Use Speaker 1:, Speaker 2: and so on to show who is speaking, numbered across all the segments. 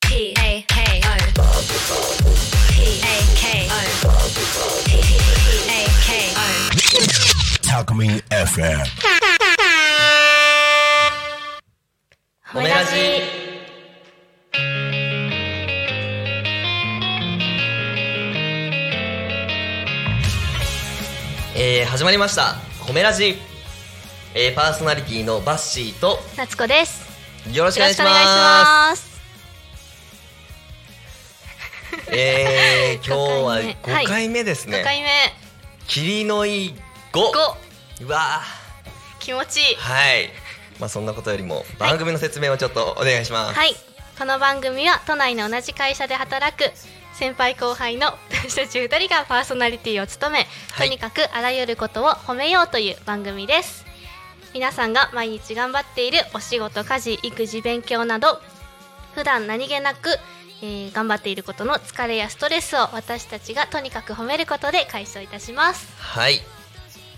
Speaker 1: P A K O. P A K O. P A K O.
Speaker 2: Talk Me FM.
Speaker 3: おめらじえー、始まりました「褒めラジ」えー、パーソナリティのバッシーと
Speaker 4: 夏子です。
Speaker 3: よろしくお願
Speaker 4: よろ
Speaker 3: い
Speaker 4: し
Speaker 3: し
Speaker 4: くお
Speaker 3: ま
Speaker 4: 願い
Speaker 3: す
Speaker 4: します。
Speaker 3: えー、今日
Speaker 4: 5
Speaker 3: は
Speaker 4: 回目
Speaker 3: 5回目ですね、
Speaker 4: 5回目、
Speaker 3: 霧のいい
Speaker 4: 5
Speaker 3: 5うわ
Speaker 4: 気持ちいい
Speaker 3: ー。はいまあそんなことよりも番組の説明をちょっとお願いします、
Speaker 4: はい。この番組は都内の同じ会社で働く先輩後輩の 私たち2人がパーソナリティを務め、
Speaker 3: はい
Speaker 4: とにかくあらゆることを褒めようという番組です。皆さんが毎日頑張っているお仕事、家事、育児、勉強など、普段何気なく、えー頑張っていることの疲れやストレスを私たちがとにかく褒めることで解消いたします。
Speaker 3: はい、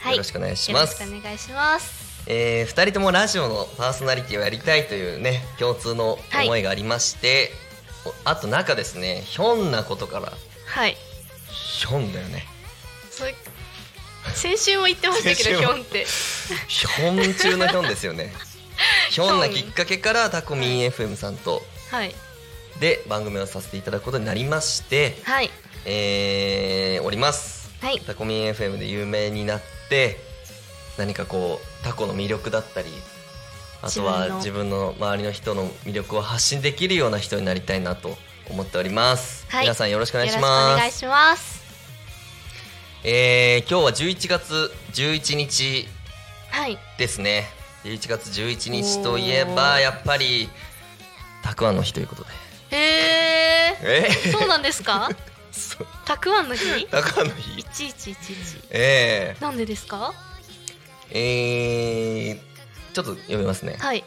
Speaker 4: はい、
Speaker 3: よろしくお願いします
Speaker 4: よろしくお願いします。
Speaker 3: えー、2人ともラジオのパーソナリティをやりたいというね共通の思いがありまして、おあと中ですねひょんなことから
Speaker 4: はい。
Speaker 3: ひょんだよね
Speaker 4: それ先週も言ってましたけ
Speaker 3: 先週
Speaker 4: どヒ
Speaker 3: も
Speaker 4: ョンって
Speaker 3: ひょん中のひょんですよ ねひょんなきっかけからタコミン FM さんと
Speaker 4: はい
Speaker 3: で番組をさせていただくことになりまして、
Speaker 4: はい
Speaker 3: えーおります
Speaker 4: はい
Speaker 3: タコミン FM で有名になって何かこうタコの魅力だったりあとは自
Speaker 4: 自
Speaker 3: 分の周りの人の魅力を発信できるような人になりたいなと思っております、
Speaker 4: はい
Speaker 3: 皆さんよろしくお願いし
Speaker 4: よろしくお
Speaker 3: ま
Speaker 4: 願い
Speaker 3: す
Speaker 4: します
Speaker 3: えー今日は11月11日
Speaker 4: はい
Speaker 3: ですね11月11日といえ
Speaker 4: お
Speaker 3: ば
Speaker 4: ー
Speaker 3: やっぱりたくあんの日ということで
Speaker 4: へえ
Speaker 3: え
Speaker 4: そうなんですかたくあんの日
Speaker 3: たくあんの日
Speaker 4: 1111
Speaker 3: え
Speaker 4: なんでですか
Speaker 3: ー、えー、ちょっと読みますね
Speaker 4: はい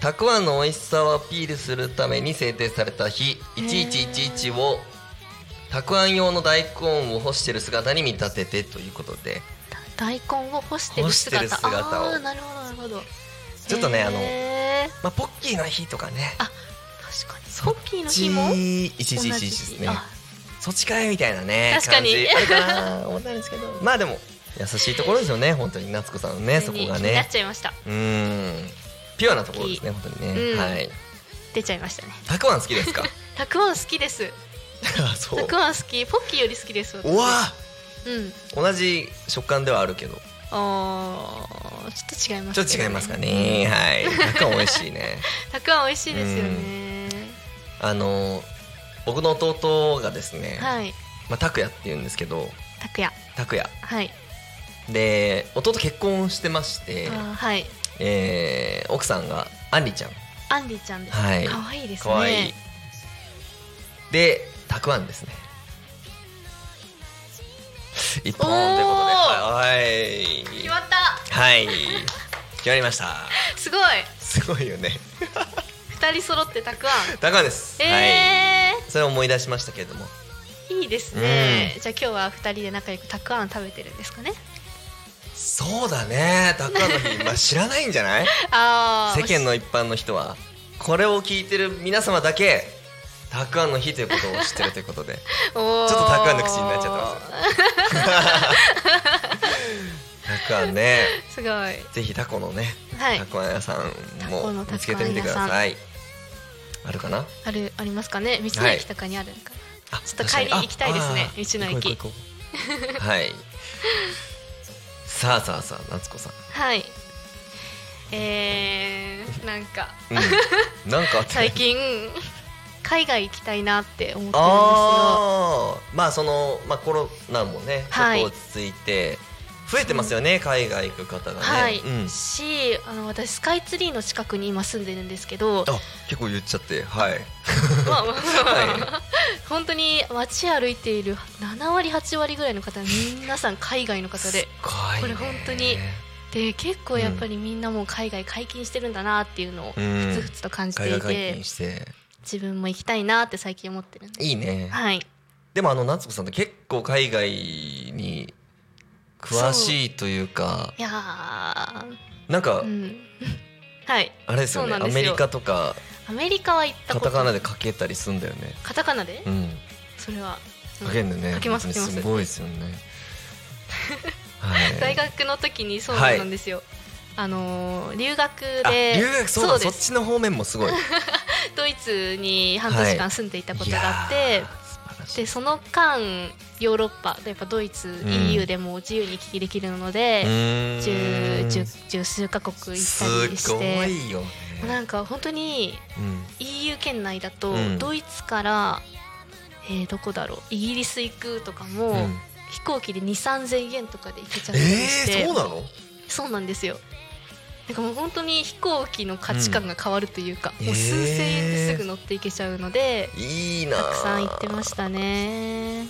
Speaker 3: たくあんの美味しさをアピールするために制定された日1111をたくあん用の大根を干してる姿に見立ててということで
Speaker 4: 大根を干して
Speaker 3: 干
Speaker 4: る姿
Speaker 3: してる姿を
Speaker 4: あーなるほどなるほど
Speaker 3: ちょっとねあの
Speaker 4: へー
Speaker 3: まあポッキーの日とかね
Speaker 4: あ確かにソッキーの日も
Speaker 3: 1111ですね
Speaker 4: あ
Speaker 3: そっちかいみたいなね
Speaker 4: 確かに
Speaker 3: 感じあるか な思ったんですけどまあでも優しいところですよね本当に夏子さんのねそこが
Speaker 4: 気になっ
Speaker 3: ね
Speaker 4: ちゃいました
Speaker 3: うーんピュアなところですね本当にね、
Speaker 4: うん
Speaker 3: はい
Speaker 4: 出ちゃいましたね
Speaker 3: たくあん好きですか
Speaker 4: たくあん好きです
Speaker 3: あそ
Speaker 4: た
Speaker 3: う
Speaker 4: くあん好きポッキーより好きです
Speaker 3: うわ
Speaker 4: うん
Speaker 3: 同じ食感ではあるけど
Speaker 4: あーちょっと違いま
Speaker 3: ちょ
Speaker 4: す
Speaker 3: っと違いますかね。はい。たくあん美味しい ね。
Speaker 4: たくあん美味しいですよね
Speaker 3: あの僕の弟がですね、
Speaker 4: はい
Speaker 3: まあたくやって言うんですけど、
Speaker 4: たくや
Speaker 3: たくや
Speaker 4: はい、
Speaker 3: で弟結婚してまして
Speaker 4: あ、ーはい
Speaker 3: えー奥さんがアンリちゃん、
Speaker 4: アンディちゃんです、
Speaker 3: はい
Speaker 4: 可愛いですね
Speaker 3: 可愛いでたくあんですね。一本ということで、
Speaker 4: お
Speaker 3: はい
Speaker 4: 決まった
Speaker 3: はい、決まりました。
Speaker 4: すごい
Speaker 3: すごいよね。
Speaker 4: 二人揃ってたくあん
Speaker 3: たくあんです。はい。
Speaker 4: え
Speaker 3: それを思い出しましたけれども。
Speaker 4: ー、いいですね、
Speaker 3: う
Speaker 4: じゃあ今日は二人で仲良くたくあん食べてるんですかね
Speaker 3: そうだねたくあんの日、まあ、知らないんじゃない
Speaker 4: ああ
Speaker 3: 世間の一般の人はこれを聞いてる皆様だけたくあんの日ということを知ってるということ で
Speaker 4: ちょ
Speaker 3: ちょっとたくあんの口になっちゃってますたくあんね
Speaker 4: すすごい
Speaker 3: ぜひタコのね、
Speaker 4: はい
Speaker 3: たくあん屋さん
Speaker 4: タコ
Speaker 3: も
Speaker 4: のた
Speaker 3: 見
Speaker 4: くあん屋さん
Speaker 3: つけてみてくださいあるかな
Speaker 4: あるありますかね道の駅とかにあるのかな、
Speaker 3: あ
Speaker 4: ちょっと帰り行きたいですね
Speaker 3: 確かに
Speaker 4: 道の駅
Speaker 3: 行こう行こう行こうはいさあさあさあ夏子さん、
Speaker 4: はいえー、なんか
Speaker 3: うん、なんかあった
Speaker 4: 最近海外行きたいなって思ってるんです
Speaker 3: あ
Speaker 4: よ
Speaker 3: あまあその、まあ、コロナもねちょっ
Speaker 4: はい
Speaker 3: と落ち着いて増えてますよね、海外行く方がね、
Speaker 4: はい、
Speaker 3: うん、
Speaker 4: しあの私スカイツリーの近くに今住んでるんです けど
Speaker 3: あ結構言っちゃってはい
Speaker 4: まあまあまあ
Speaker 3: は
Speaker 4: 本当に街歩いている7割8割ぐらいの方皆さん海外の方でこれ本当にで結構やっぱりみんなもう海外解禁してるんだなっていうのを
Speaker 3: うん
Speaker 4: ふつふつと感じ
Speaker 3: 海
Speaker 4: てい
Speaker 3: 外解
Speaker 4: て
Speaker 3: 禁して
Speaker 4: 自分も行きたいなって最近思ってるんです
Speaker 3: いいね、
Speaker 4: はい
Speaker 3: でもあの夏子さんって結構海外に詳しいというか
Speaker 4: いやー
Speaker 3: なんか、
Speaker 4: うんはい
Speaker 3: あれですよね
Speaker 4: そう
Speaker 3: ア
Speaker 4: なんです
Speaker 3: メ
Speaker 4: よ
Speaker 3: リカとか
Speaker 4: アアメリカは行っ
Speaker 3: カ
Speaker 4: たこと
Speaker 3: タカナで書けたりすんだよね
Speaker 4: カタカナで、
Speaker 3: うん
Speaker 4: それは
Speaker 3: 書けんだよね
Speaker 4: 書けます書けます
Speaker 3: すごいですよねはい
Speaker 4: 大学の時にそうなんですよ、あのー留学で
Speaker 3: あ留学そうだ
Speaker 4: で
Speaker 3: そっ
Speaker 4: す
Speaker 3: ちの方面もすごい
Speaker 4: ドイツに半年間住んでいたことがあって、
Speaker 3: いやー素晴らしい
Speaker 4: でその間ヨーロッパやっぱドイツ、
Speaker 3: ん
Speaker 4: EU でも自由に行き来できるので
Speaker 3: う、ーん
Speaker 4: 十十十数カ国行った
Speaker 3: す
Speaker 4: りし
Speaker 3: ご
Speaker 4: て
Speaker 3: いよね
Speaker 4: なんか本当に
Speaker 3: うん
Speaker 4: EU 圏内だと、
Speaker 3: うん
Speaker 4: ドイツから、えーどこだろうイギリス行くとかも、
Speaker 3: うん
Speaker 4: 飛行機で2 3 0円とかで行けちゃったりして、
Speaker 3: えーそうなの
Speaker 4: そうなんですよなんかもう本当に飛行機の価値観が変わるというか、
Speaker 3: うん
Speaker 4: もう数千円
Speaker 3: えー
Speaker 4: ですぐ乗っていけちゃうので、
Speaker 3: いいな
Speaker 4: たくさん行ってま
Speaker 3: し
Speaker 4: したね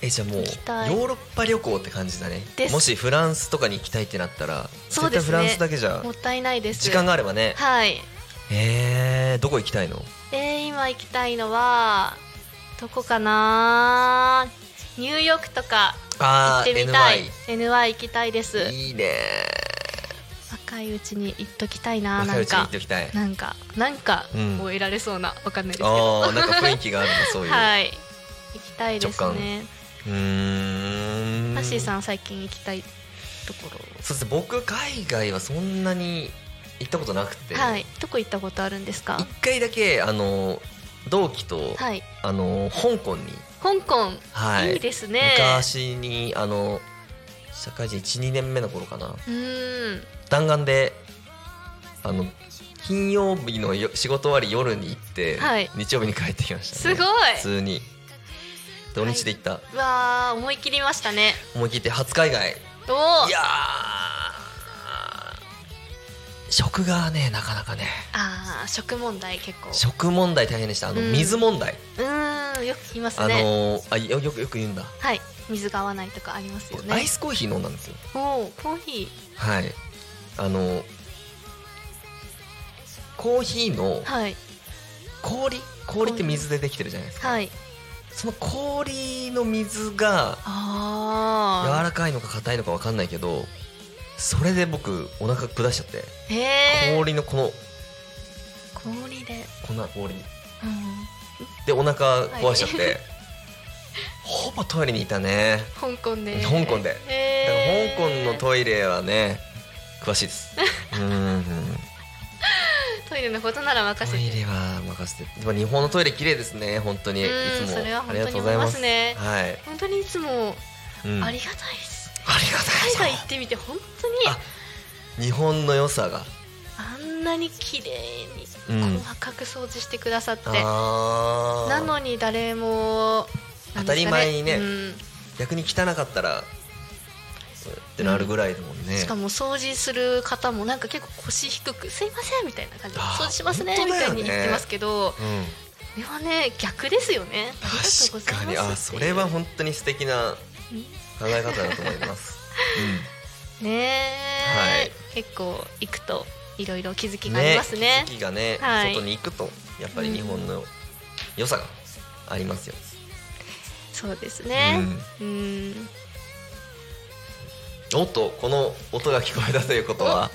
Speaker 3: えじゃあもうヨ
Speaker 4: 行きたい
Speaker 3: ーロッパ旅行って感じだね
Speaker 4: です
Speaker 3: もしフランスとかに行きたいってなったら
Speaker 4: そうです
Speaker 3: 絶対
Speaker 4: ね
Speaker 3: フランスだけじゃ
Speaker 4: もったいないです
Speaker 3: 時間があればね
Speaker 4: はい
Speaker 3: えー、どこ行きたいの
Speaker 4: えー、今行きたいのはどこかなニューヨークとか行
Speaker 3: あ
Speaker 4: って
Speaker 3: ー
Speaker 4: みたい NY, 行きたいです
Speaker 3: NY いいね
Speaker 4: 若いうちに行っときたいな
Speaker 3: 若
Speaker 4: ないん
Speaker 3: うちに行
Speaker 4: か
Speaker 3: っておきたい
Speaker 4: なんかなんか
Speaker 3: うん
Speaker 4: を得られそうなわかんないですけど、
Speaker 3: あーなんか雰囲気があるんだそういう、
Speaker 4: はい行きたいです
Speaker 3: 直
Speaker 4: ね
Speaker 3: うーん
Speaker 4: ハッシーさん最近行きたいとこ
Speaker 3: そして僕海外はそんなに行ったことなくて、
Speaker 4: ろはいどこ行ったことあるんですか
Speaker 3: 一回だけあの同期と、
Speaker 4: はい
Speaker 3: あの香港に、
Speaker 4: 香港
Speaker 3: はい
Speaker 4: いいですね
Speaker 3: 昔にあの社会人12年目の頃かな
Speaker 4: うーん
Speaker 3: 弾丸であの金曜日のよ仕事終わり夜に行って、
Speaker 4: はい
Speaker 3: 日曜日に帰ってきました、
Speaker 4: す
Speaker 3: ね、
Speaker 4: ごい
Speaker 3: 普通に土日で行った、
Speaker 4: うわあ思い切りましたね
Speaker 3: 思い切って初海外
Speaker 4: おお
Speaker 3: いやー食がねなかなかね
Speaker 4: ああ食問題結構
Speaker 3: 食問題大変でしたあの、
Speaker 4: うん
Speaker 3: 水問題
Speaker 4: うーんよく聞きます
Speaker 3: あの
Speaker 4: ね
Speaker 3: ーあよよくよく言うんだ、
Speaker 4: はい水が合わないとかありますよ
Speaker 3: アイ
Speaker 4: ね
Speaker 3: スコーヒー飲んだんですよ
Speaker 4: おおコーヒ
Speaker 3: はいあのーコーヒーの
Speaker 4: ーはい
Speaker 3: 氷氷って水でできてるじゃないですか、
Speaker 4: はい
Speaker 3: その氷の水が柔
Speaker 4: ああ
Speaker 3: らかいのか硬いのか分かんないけどそれで僕お腹下しちゃって、
Speaker 4: へえ
Speaker 3: 氷のこの
Speaker 4: 氷で
Speaker 3: こんな氷
Speaker 4: うん
Speaker 3: でお腹壊しちゃって、ほぼトイレにいたね
Speaker 4: 香港で
Speaker 3: 香港でだから
Speaker 4: へ
Speaker 3: 香港
Speaker 4: ー
Speaker 3: のトイレはね詳しいですうん
Speaker 4: トイレのことなら任
Speaker 3: ト
Speaker 4: せ
Speaker 3: イ
Speaker 4: て
Speaker 3: レは任せてでも日本のトイレ綺麗ですね本当にい
Speaker 4: うん
Speaker 3: つも
Speaker 4: それは本
Speaker 3: あり
Speaker 4: 当
Speaker 3: が
Speaker 4: に
Speaker 3: とうご
Speaker 4: 思
Speaker 3: ざ
Speaker 4: い
Speaker 3: い
Speaker 4: ま
Speaker 3: ますす
Speaker 4: ね
Speaker 3: はい、
Speaker 4: 本当にいつも
Speaker 3: うん
Speaker 4: あ
Speaker 3: あ
Speaker 4: り
Speaker 3: り
Speaker 4: がたいです、
Speaker 3: がたい
Speaker 4: 海外行ってみて本当に
Speaker 3: あ日本の良さが
Speaker 4: あんなに綺麗に
Speaker 3: うん
Speaker 4: 細かく掃除してくださって、
Speaker 3: あー
Speaker 4: なのに誰もなんですかね
Speaker 3: 当たり前にね
Speaker 4: うん
Speaker 3: 逆に汚かったらそうってなるぐらいだもんね、
Speaker 4: しかも掃除する方もなんか結構腰低く「すいません」みたいな感じで
Speaker 3: あ
Speaker 4: 「
Speaker 3: ー
Speaker 4: 掃除しますね」
Speaker 3: 本
Speaker 4: み
Speaker 3: 当だ
Speaker 4: た
Speaker 3: よ
Speaker 4: い
Speaker 3: ね
Speaker 4: に言ってますけ
Speaker 3: う
Speaker 4: ど
Speaker 3: ん
Speaker 4: これはね逆ですよねありがとう
Speaker 3: 確
Speaker 4: ございます
Speaker 3: かにあそれは本当に素敵な考え方だと思い ます、
Speaker 4: ねえ、
Speaker 3: はい
Speaker 4: 結構行くといろいろ気づ
Speaker 3: う
Speaker 4: き
Speaker 3: ん、
Speaker 4: がありますね
Speaker 3: 気づきがね、
Speaker 4: はい
Speaker 3: 外に行くとやっぱり日本の良さがありますよ、
Speaker 4: そうですねうん
Speaker 3: おっとこの音が聞こえたということ は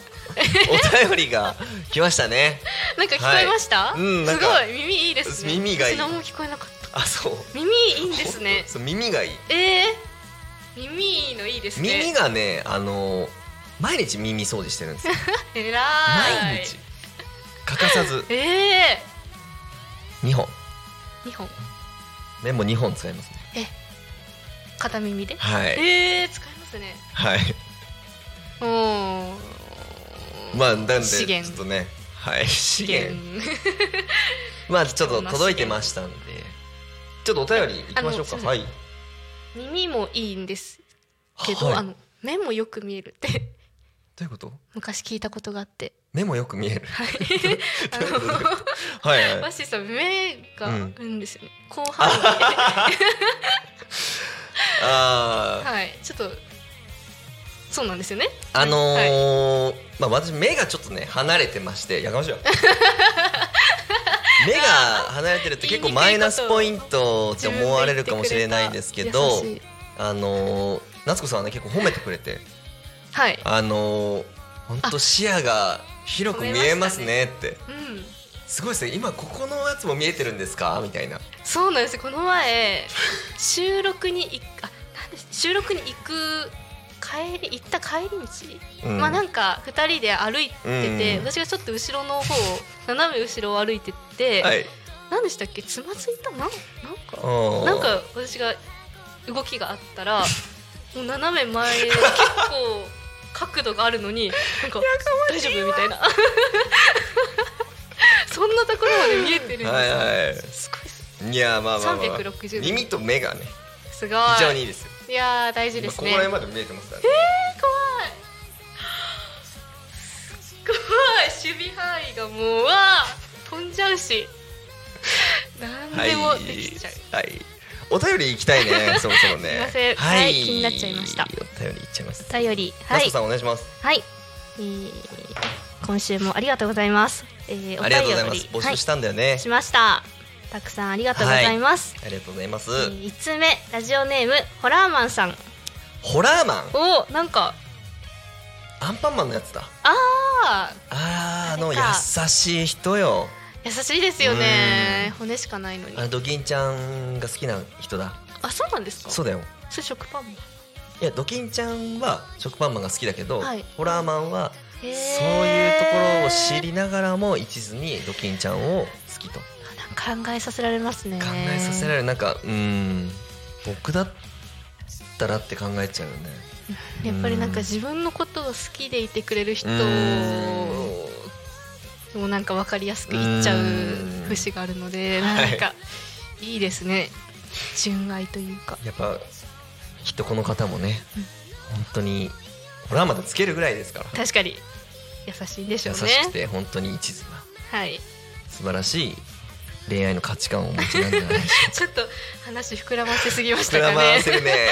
Speaker 3: お便りが来ましたね
Speaker 4: なんか聞こえました、
Speaker 3: はいうんな
Speaker 4: す
Speaker 3: んか
Speaker 4: ごい耳いいですね
Speaker 3: 耳がいい
Speaker 4: 私何も聞こえなかった
Speaker 3: あそう
Speaker 4: 耳いいんですね
Speaker 3: そう耳がいい
Speaker 4: えー、耳いいのいいですね
Speaker 3: 耳がねあの毎日耳掃除してるんですよ
Speaker 4: えらい
Speaker 3: 毎日欠かさず
Speaker 4: え
Speaker 3: 2本
Speaker 4: ー、2本
Speaker 3: メモ2本使いますね
Speaker 4: 片耳で、
Speaker 3: はい
Speaker 4: えー、使いますね
Speaker 3: はい
Speaker 4: お
Speaker 3: まあなんで
Speaker 4: 資
Speaker 3: ちょ
Speaker 4: 源
Speaker 3: っとねはい資
Speaker 4: ー
Speaker 3: 源まあちょっと届いてましたんでちょっとお便りいきましょう
Speaker 4: あのすい
Speaker 3: か
Speaker 4: ません
Speaker 3: はい
Speaker 4: 耳もいいんですけど、
Speaker 3: はい
Speaker 4: あの目もよく見えるって
Speaker 3: どういうこと
Speaker 4: 昔聞いたことがあって
Speaker 3: 目もよく見える
Speaker 4: はい あ
Speaker 3: どういうこ
Speaker 4: の
Speaker 3: はいは
Speaker 4: マ
Speaker 3: い
Speaker 4: シさん目が
Speaker 3: うん
Speaker 4: あるんですよね、広範囲で
Speaker 3: あー
Speaker 4: はいちょっとそうなんですよね
Speaker 3: あの
Speaker 4: はい
Speaker 3: ーまあ私目がちょっとね離れてましてやかま しいわ目が離れてるって結構マイナスポイントって思われるかもしれないんですけど
Speaker 4: 自分で言ってくれた優しい
Speaker 3: あのー夏子さんはね結構褒めてくれて
Speaker 4: はい
Speaker 3: あのー、本当視野が広く見えますねって
Speaker 4: うん
Speaker 3: すごいですね今ここのやつも見えてるんですかみたいな
Speaker 4: そうなんですよこの前収録に行くあなんで収録に行く帰り行った帰り道、
Speaker 3: うん
Speaker 4: まあなんか2人で歩いてて、
Speaker 3: うん
Speaker 4: 私がちょっと後ろの方を斜め後ろを歩いてって、
Speaker 3: はい
Speaker 4: 何でしたっけつまずいたなんなんか
Speaker 3: おー
Speaker 4: なんか私が動きがあった らもう斜め前結構角度があるのになんか大丈夫みたいな そんなところまで見えてるんですよ、
Speaker 3: はいはい
Speaker 4: すごいっす
Speaker 3: いやまあまあまあ
Speaker 4: 360度
Speaker 3: 耳と目がね
Speaker 4: すごい
Speaker 3: 非常にいいですよ
Speaker 4: いやー大事です
Speaker 3: ここ
Speaker 4: ね
Speaker 3: ら
Speaker 4: 怖い
Speaker 3: 辺まで見えてますからね
Speaker 4: 守備範囲がもうわあ飛んじゃうし何でもできちゃう、
Speaker 3: はい。お便り行きたい ね。そろそろね。
Speaker 4: すいません
Speaker 3: はい、
Speaker 4: はい気になっちゃいました
Speaker 3: お便り行っちゃいます。
Speaker 4: 頼り
Speaker 3: ラ
Speaker 4: は
Speaker 3: ス
Speaker 4: い
Speaker 3: トさんお願いします。
Speaker 4: はい、えー今週もありがとうございます、えー、お便り
Speaker 3: ありがとうございます。募
Speaker 4: は
Speaker 3: 集
Speaker 4: い
Speaker 3: したんだよね。
Speaker 4: しましたたくさんありがとうございます、
Speaker 3: ありがとうございます。
Speaker 4: えー、5つ目ラジオネームホラーマンさん
Speaker 3: ホラーマン、
Speaker 4: おーなんか
Speaker 3: アンパンマンのやつだ。
Speaker 4: あー
Speaker 3: あーあの
Speaker 4: あれ
Speaker 3: 優
Speaker 4: か
Speaker 3: しい人よ。
Speaker 4: 優しいですよね骨しかないのに
Speaker 3: あのドキンちゃんが好きな人だ。
Speaker 4: あそうなんですか
Speaker 3: そうだよ。
Speaker 4: それ食パン
Speaker 3: いやドキンちゃんは食パンマンが好きだけど、
Speaker 4: はい
Speaker 3: ホラーマンは
Speaker 4: そう
Speaker 3: そういうところを知りながらも一途にドキンちゃんを好きと。
Speaker 4: 考えさせられますね
Speaker 3: 考えさせられるなんかうん僕だったらって考えちゃうよね
Speaker 4: やっぱりなんか自分のことを好きでいてくれる人
Speaker 3: うん
Speaker 4: もうなんか分かりやすく言っちゃう
Speaker 3: うん
Speaker 4: 節があるので
Speaker 3: は
Speaker 4: ないんかいいですね純愛というか
Speaker 3: やっぱきっとこの方もね本当にホラーまでつけるぐらいですから
Speaker 4: 確かに優しいんでしょ
Speaker 3: 優
Speaker 4: う
Speaker 3: しく
Speaker 4: ね
Speaker 3: て本当に一途な
Speaker 4: はい
Speaker 3: 素晴らしい恋愛の価値観をお持ちなんじゃないでし ょうか
Speaker 4: ちょっと話膨らませすぎまし
Speaker 3: 膨
Speaker 4: たから
Speaker 3: ま
Speaker 4: ね
Speaker 3: せるね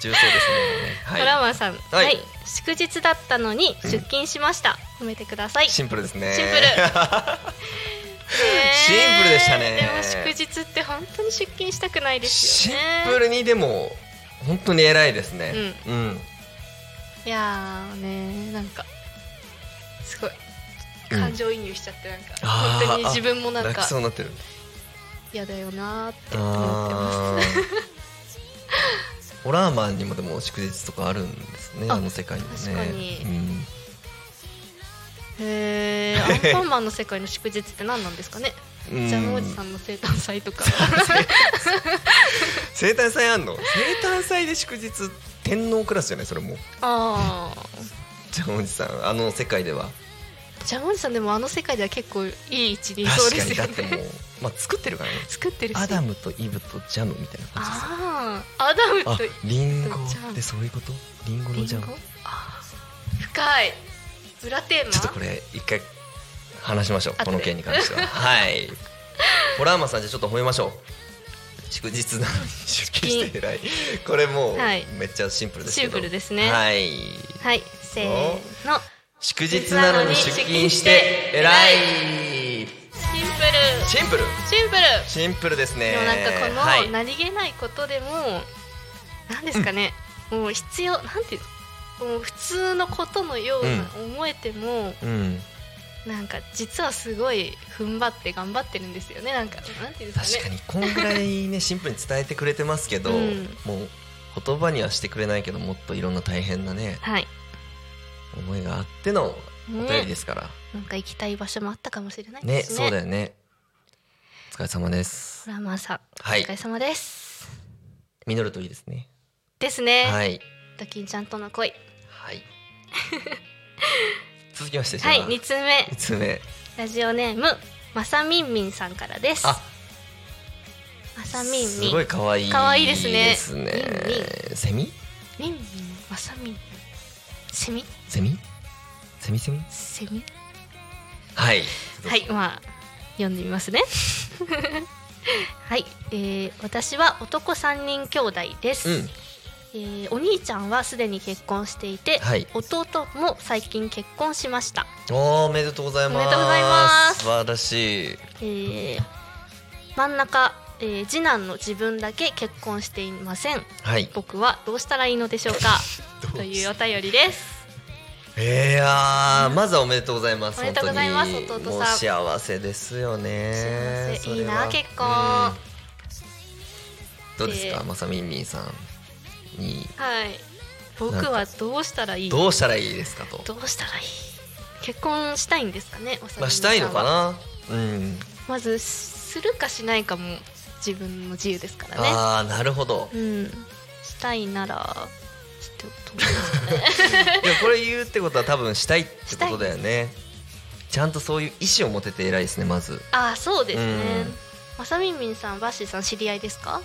Speaker 3: 重症ですね
Speaker 4: ホ
Speaker 3: は
Speaker 4: ラ
Speaker 3: い
Speaker 4: マンさん
Speaker 3: い
Speaker 4: はい祝日だったのに出勤しました褒めてください
Speaker 3: シンプルですね
Speaker 4: シン プル
Speaker 3: シンプ
Speaker 4: ねえ
Speaker 3: ルでしたね
Speaker 4: でも祝日って本当に出勤したくないです
Speaker 3: シ
Speaker 4: よ
Speaker 3: ン
Speaker 4: ね
Speaker 3: プルにでも本当に偉いですねうん
Speaker 4: いやーねなんかすごい感情移入しちゃってなんか、
Speaker 3: あー
Speaker 4: 本当に自分もなん
Speaker 3: 楽
Speaker 4: か
Speaker 3: そうになってる
Speaker 4: 嫌だよなーって思ってます
Speaker 3: あーホラーマンにもでも祝日とかあるんですね
Speaker 4: あ
Speaker 3: あの世界にもね
Speaker 4: 確かに
Speaker 3: うん
Speaker 4: へえアンパンマンの世界の祝日って何なんですかね
Speaker 3: うん
Speaker 4: ジャムおじさんの生誕祭とか
Speaker 3: 生誕祭あんの生誕祭で祝日天皇クラスじゃないそれもう
Speaker 4: ああ
Speaker 3: ジャムおじさんあの世界では
Speaker 4: ジャムおじさんでもあの世界では結構いい位置にいそ
Speaker 3: 確
Speaker 4: うで
Speaker 3: かに
Speaker 4: す
Speaker 3: だ
Speaker 4: よ
Speaker 3: ってもう
Speaker 4: ね
Speaker 3: まあ作ってるからね
Speaker 4: 作ってるし
Speaker 3: アダムとイブとジャムみたいな感じです
Speaker 4: ああアダム
Speaker 3: あ
Speaker 4: と
Speaker 3: リンゴ
Speaker 4: ジャム
Speaker 3: ってそういうことリンゴ
Speaker 4: リ
Speaker 3: のジ
Speaker 4: ン
Speaker 3: ャ
Speaker 4: ゴ
Speaker 3: ム
Speaker 4: あー深い裏テーマ
Speaker 3: ちょっとこれ一回話しましょうこの件に関してははいホラーマンさんじゃあちょっと褒めましょう祝日なのに出勤して偉いこれもう
Speaker 4: はい
Speaker 3: めっちゃシンプルですけど
Speaker 4: シンプルですね
Speaker 3: はい
Speaker 4: はいせーの
Speaker 3: 祝日なのに出勤して偉い
Speaker 4: シンプル
Speaker 3: シンプル
Speaker 4: シンプル
Speaker 3: シンプルですね
Speaker 4: でもなんかこの、
Speaker 3: はい
Speaker 4: 何気ないことでも何ですかね、もう必要なんていうのもう普通のことのような思えても、
Speaker 3: うん
Speaker 4: なんか実はすごい踏ん張って頑張ってるんですよねなんかなんていうんです
Speaker 3: 確
Speaker 4: か
Speaker 3: か
Speaker 4: ね
Speaker 3: にこんぐらい ねシンプルに伝えてくれてますけど、
Speaker 4: うん
Speaker 3: もう言葉にはしてくれないけどもっといろんな大変なね
Speaker 4: はい
Speaker 3: 思いがあってのお便りですから、
Speaker 4: なんか行きたい場所もあったかもしれない
Speaker 3: ね
Speaker 4: ですね
Speaker 3: そうだよねお疲れ様です
Speaker 4: ホラーマンさん、
Speaker 3: はい
Speaker 4: お疲れ様です
Speaker 3: 実るといいですね
Speaker 4: ですね、
Speaker 3: はい
Speaker 4: ドキンちゃんとの恋
Speaker 3: はい 続きましてじゃあ
Speaker 4: はい2
Speaker 3: 二
Speaker 4: つ目
Speaker 3: つ目
Speaker 4: ラジオネームまさみんみんさんからです
Speaker 3: あ
Speaker 4: まさみんみ
Speaker 3: す
Speaker 4: ん
Speaker 3: ごい可愛い
Speaker 4: 可愛いですね
Speaker 3: ですね
Speaker 4: みん
Speaker 3: セミ
Speaker 4: みんみんまさみんセミ
Speaker 3: セミセミセミ
Speaker 4: セミ
Speaker 3: はい
Speaker 4: はいまあ読んでみますね はい、えー、私は男三人兄弟です、
Speaker 3: うん
Speaker 4: えーお兄ちゃんはすでに結婚していて、
Speaker 3: はい
Speaker 4: 弟も最近結婚しました、
Speaker 3: おーおめでとうございます
Speaker 4: おめでとうございます
Speaker 3: 素晴らしい
Speaker 4: えー真ん中、えー次男の自分だけ結婚していません
Speaker 3: はい
Speaker 4: 僕はどうしたらいいのでしょうかというお便りです
Speaker 3: いやーまずはおめでとうございます
Speaker 4: おめでとうございます
Speaker 3: 本当に
Speaker 4: 弟さん
Speaker 3: もう幸せですよね
Speaker 4: 幸せ
Speaker 3: それはい
Speaker 4: いな結婚
Speaker 3: うんどうですか
Speaker 4: で
Speaker 3: まさみんみんさんに
Speaker 4: はい僕はどうしたらいい
Speaker 3: どうしたらいいですかと
Speaker 4: どうしたらいい結婚したいんですかねおさみん
Speaker 3: まあしたいのか
Speaker 4: さんは
Speaker 3: なうん
Speaker 4: まずするかしないかも自分の自由ですからね
Speaker 3: ああなるほ ど
Speaker 4: うんしたいならちょっ とどうですかね
Speaker 3: でもこれ言うってことは多分したいってことだよねちゃんとそういう意思を持てて偉いですねまず
Speaker 4: ああそうですね
Speaker 3: うん
Speaker 4: まさみんみんさんバッシーさん知り合いですか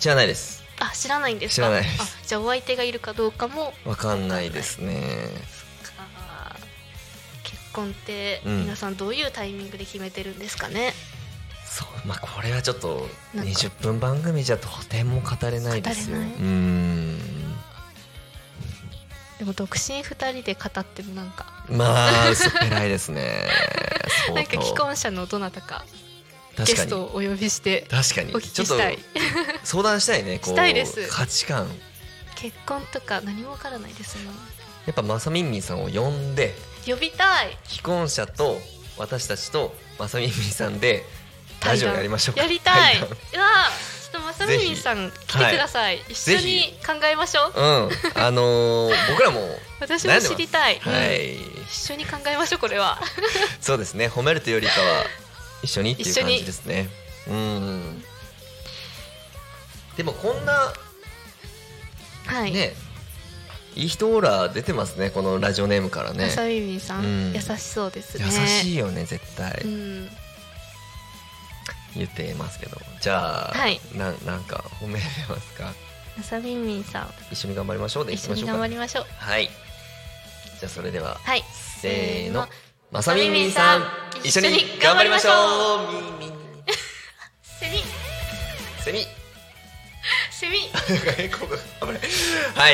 Speaker 3: じゃないです
Speaker 4: あ知らないんですか
Speaker 3: 知らないです
Speaker 4: あじゃあお相手がいるかどうかも
Speaker 3: わかんないですね
Speaker 4: あー結婚って
Speaker 3: うん
Speaker 4: 皆さんどういうタイミングで決めてるんですかね、
Speaker 3: そうまあこれはちょっと
Speaker 4: なんか
Speaker 3: 20分番組じゃとても語れないですよ
Speaker 4: 語
Speaker 3: う
Speaker 4: れない
Speaker 3: ーん
Speaker 4: でも独身2人で語ってもなんか
Speaker 3: まあ薄っぺらいですね相当
Speaker 4: なんか既婚者のどなたかゲ
Speaker 3: 確か
Speaker 4: ス
Speaker 3: に
Speaker 4: トをお呼びして
Speaker 3: 確かに
Speaker 4: お聞きしたい
Speaker 3: ちょっと相談したいねこう
Speaker 4: したいです
Speaker 3: 価値観
Speaker 4: 結婚とか何もわからないですもん
Speaker 3: やっぱまさみんみんさんを呼んで
Speaker 4: 呼びたい
Speaker 3: 既婚者と私たちとまさみんみんさんでラ
Speaker 4: 対
Speaker 3: ジ
Speaker 4: 談
Speaker 3: オやりましょうか
Speaker 4: やりたい
Speaker 3: 対
Speaker 4: うわ
Speaker 3: 談
Speaker 4: ーちょっとまさみみんさん来てください、一緒
Speaker 3: ぜ
Speaker 4: に考えましょう
Speaker 3: うんあのー僕らも
Speaker 4: 私も知りたい、
Speaker 3: は
Speaker 4: うん
Speaker 3: い
Speaker 4: 一緒に考えましょうこれは
Speaker 3: そうですね褒めるというよりかは一緒にっていう
Speaker 4: 一緒
Speaker 3: 感
Speaker 4: に
Speaker 3: じですねうんでもこんな
Speaker 4: はい、
Speaker 3: ね、い、い人オーラ出てますねこのラジオネームからね
Speaker 4: まさみみんさ
Speaker 3: う
Speaker 4: ん、
Speaker 3: ん
Speaker 4: 優しそうですね
Speaker 3: 優しいよね絶対、
Speaker 4: うん
Speaker 3: 言ってますけどじゃあ、
Speaker 4: はい
Speaker 3: ななんか褒めれますか
Speaker 4: まさみみんさん
Speaker 3: 一緒に頑張りましょうでいき
Speaker 4: 一緒
Speaker 3: まし
Speaker 4: に
Speaker 3: ょうか
Speaker 4: 頑張りましょう
Speaker 3: はいじゃあそれでは、
Speaker 4: はい
Speaker 3: せーのまさ
Speaker 4: さ
Speaker 3: み
Speaker 4: み
Speaker 3: ん
Speaker 4: ん
Speaker 3: み
Speaker 4: み
Speaker 3: ん
Speaker 4: ん
Speaker 3: さ
Speaker 4: さ
Speaker 3: ん
Speaker 4: ん
Speaker 3: 一緒に頑張りましょうみんみん
Speaker 4: セミ
Speaker 3: セミ
Speaker 4: セミ
Speaker 3: ここ危ない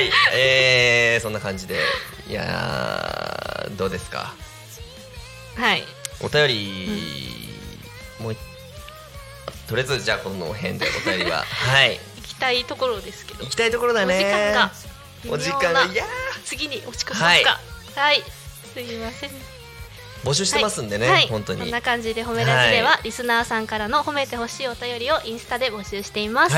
Speaker 3: はい、えー、そんな感じでいやーどうですか
Speaker 4: はい
Speaker 3: お便り、もういとりあえずじゃあこの辺でお便りははい
Speaker 4: 行きたいところですけど
Speaker 3: 行きたいところだね
Speaker 4: お時間が
Speaker 3: お時間が
Speaker 4: 微
Speaker 3: いや
Speaker 4: 次に落ち込みますかはい、すみません
Speaker 3: ー募集してますんでね、
Speaker 4: はい、
Speaker 3: 本当に
Speaker 4: こん
Speaker 3: は
Speaker 4: ない感じで褒めラジでは、リスナーさんからの褒めてほしいお便りをインスタで募集しています、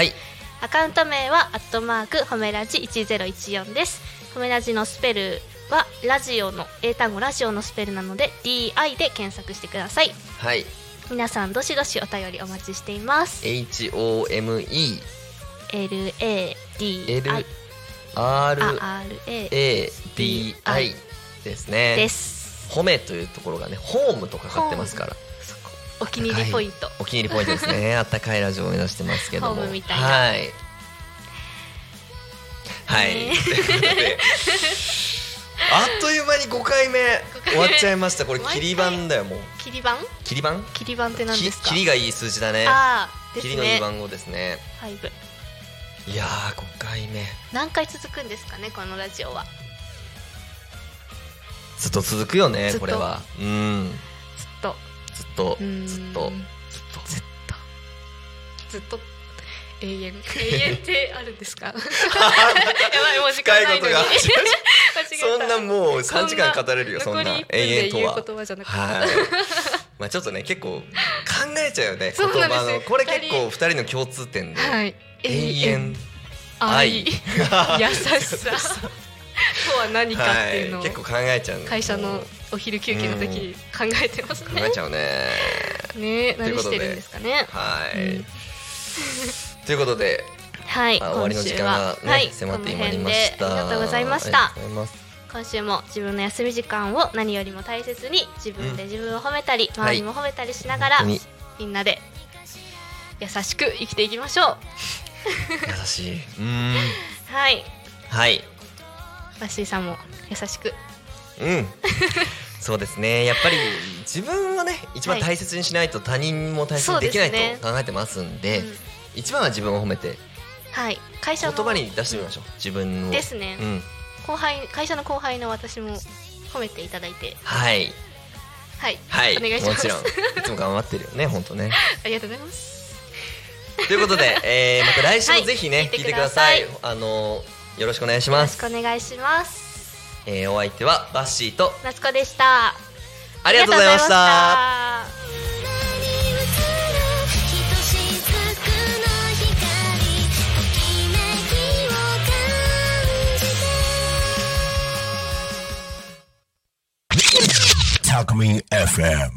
Speaker 4: アカウント名はアットマーク褒めラジ1014です褒めラジのスペルはラジオの英単語ラジオのスペルなので DI で検索してください
Speaker 3: はい
Speaker 4: 皆さんどしどしお便りお待ちしています
Speaker 3: HOMELRADI
Speaker 4: LADI RA
Speaker 3: ですね
Speaker 4: です
Speaker 3: 褒めというところがねホームとかかってますから
Speaker 4: そこお気に入りポイント
Speaker 3: お気に入りポイントです ねあったかいラジオを目指してますけども
Speaker 4: ホームみたいな
Speaker 3: はいはい、
Speaker 4: ね
Speaker 3: ということで あっという間に5回目終わっちゃいましたこれ
Speaker 4: 毎
Speaker 3: 切
Speaker 4: 回
Speaker 3: り番だよもう
Speaker 4: 切り番
Speaker 3: 切り番
Speaker 4: 切り番って何
Speaker 3: き
Speaker 4: ですか
Speaker 3: 切りがいい数字だね
Speaker 4: ああです
Speaker 3: 切
Speaker 4: ね
Speaker 3: りのいい番号ですね
Speaker 4: ファイブ
Speaker 3: いやー5回目
Speaker 4: 何回続くんですかねこのラジオは
Speaker 3: ずっと続くよね
Speaker 4: ずっと
Speaker 3: これはうん
Speaker 4: ずっと
Speaker 3: ずっと
Speaker 4: うーん
Speaker 3: ずっとずっ と
Speaker 4: ずっとずっと永遠永遠ってあるんで すかやばいもう時間ないのに 間
Speaker 3: 深い
Speaker 4: 違
Speaker 3: ことが
Speaker 4: え
Speaker 3: そ
Speaker 4: た
Speaker 3: んなもう3時間
Speaker 4: こん
Speaker 3: 語れるよそんな
Speaker 4: 残り1
Speaker 3: 永遠と
Speaker 4: 分で言
Speaker 3: は
Speaker 4: う言葉じゃなかった
Speaker 3: はい。まあちょっとね結構考えちゃうよね
Speaker 4: そ
Speaker 3: 言
Speaker 4: うなんです
Speaker 3: 葉のこれ結構二人の共通点で、
Speaker 4: はい
Speaker 3: 永遠
Speaker 4: 愛
Speaker 3: 愛
Speaker 4: 優しさとは何かっていうのを
Speaker 3: 結構考えちゃうね
Speaker 4: 会社の
Speaker 3: 考
Speaker 4: お昼休憩の時考えてますね
Speaker 3: えちゃうね
Speaker 4: ね
Speaker 3: という
Speaker 4: 何
Speaker 3: こと
Speaker 4: し
Speaker 3: で
Speaker 4: てるんですかね
Speaker 3: はい、
Speaker 4: うん
Speaker 3: ということで、
Speaker 4: はい
Speaker 3: あ終わりの時
Speaker 4: 今週
Speaker 3: 間
Speaker 4: は
Speaker 3: が、ね
Speaker 4: はい
Speaker 3: 迫って
Speaker 4: こ
Speaker 3: ま
Speaker 4: の
Speaker 3: いり
Speaker 4: 辺
Speaker 3: ま
Speaker 4: で
Speaker 3: した
Speaker 4: ありがとうございま
Speaker 3: あ
Speaker 4: した
Speaker 3: りがとうございます
Speaker 4: 今週も自分の休み時間を何よりも大切に自分で自分を褒めたり、周りも褒めたりしながら、
Speaker 3: 本当に
Speaker 4: みんなで優しく生きていきましょう
Speaker 3: 優しいうん
Speaker 4: はい
Speaker 3: はい
Speaker 4: バッシーさんも優しく
Speaker 3: うんそうですねやっぱり自分をね一番大切にしないと他人も大切にできない
Speaker 4: そうですね
Speaker 3: と考えてますんで、
Speaker 4: うん
Speaker 3: 一番は自分を褒めて
Speaker 4: はい会社
Speaker 3: 言
Speaker 4: の
Speaker 3: 葉に出してみましょう自分を
Speaker 4: ですね
Speaker 3: うん
Speaker 4: 後輩会社の後輩の私も褒めていただいて
Speaker 3: はい
Speaker 4: はい、
Speaker 3: はい
Speaker 4: お願いしま
Speaker 3: もち
Speaker 4: す
Speaker 3: ろんいつも頑張ってるよね本当ね
Speaker 4: ありがとうございます
Speaker 3: ということで、えー、また来週
Speaker 4: は
Speaker 3: も
Speaker 4: い
Speaker 3: ぜひね、
Speaker 4: 聞
Speaker 3: 聞
Speaker 4: い
Speaker 3: い
Speaker 4: て
Speaker 3: て
Speaker 4: く
Speaker 3: く
Speaker 4: だ
Speaker 3: だ
Speaker 4: さ
Speaker 3: さ
Speaker 4: い
Speaker 3: いあのよろしくお願いし
Speaker 4: よろ
Speaker 3: ま
Speaker 4: し
Speaker 3: す
Speaker 4: くお願いします
Speaker 3: えーお相手はバッシーと
Speaker 4: 夏子でした
Speaker 3: ありがとうございました。
Speaker 4: あ
Speaker 1: 「ひとしずくの光」「ときめきを感じて」
Speaker 2: Talk Me FM.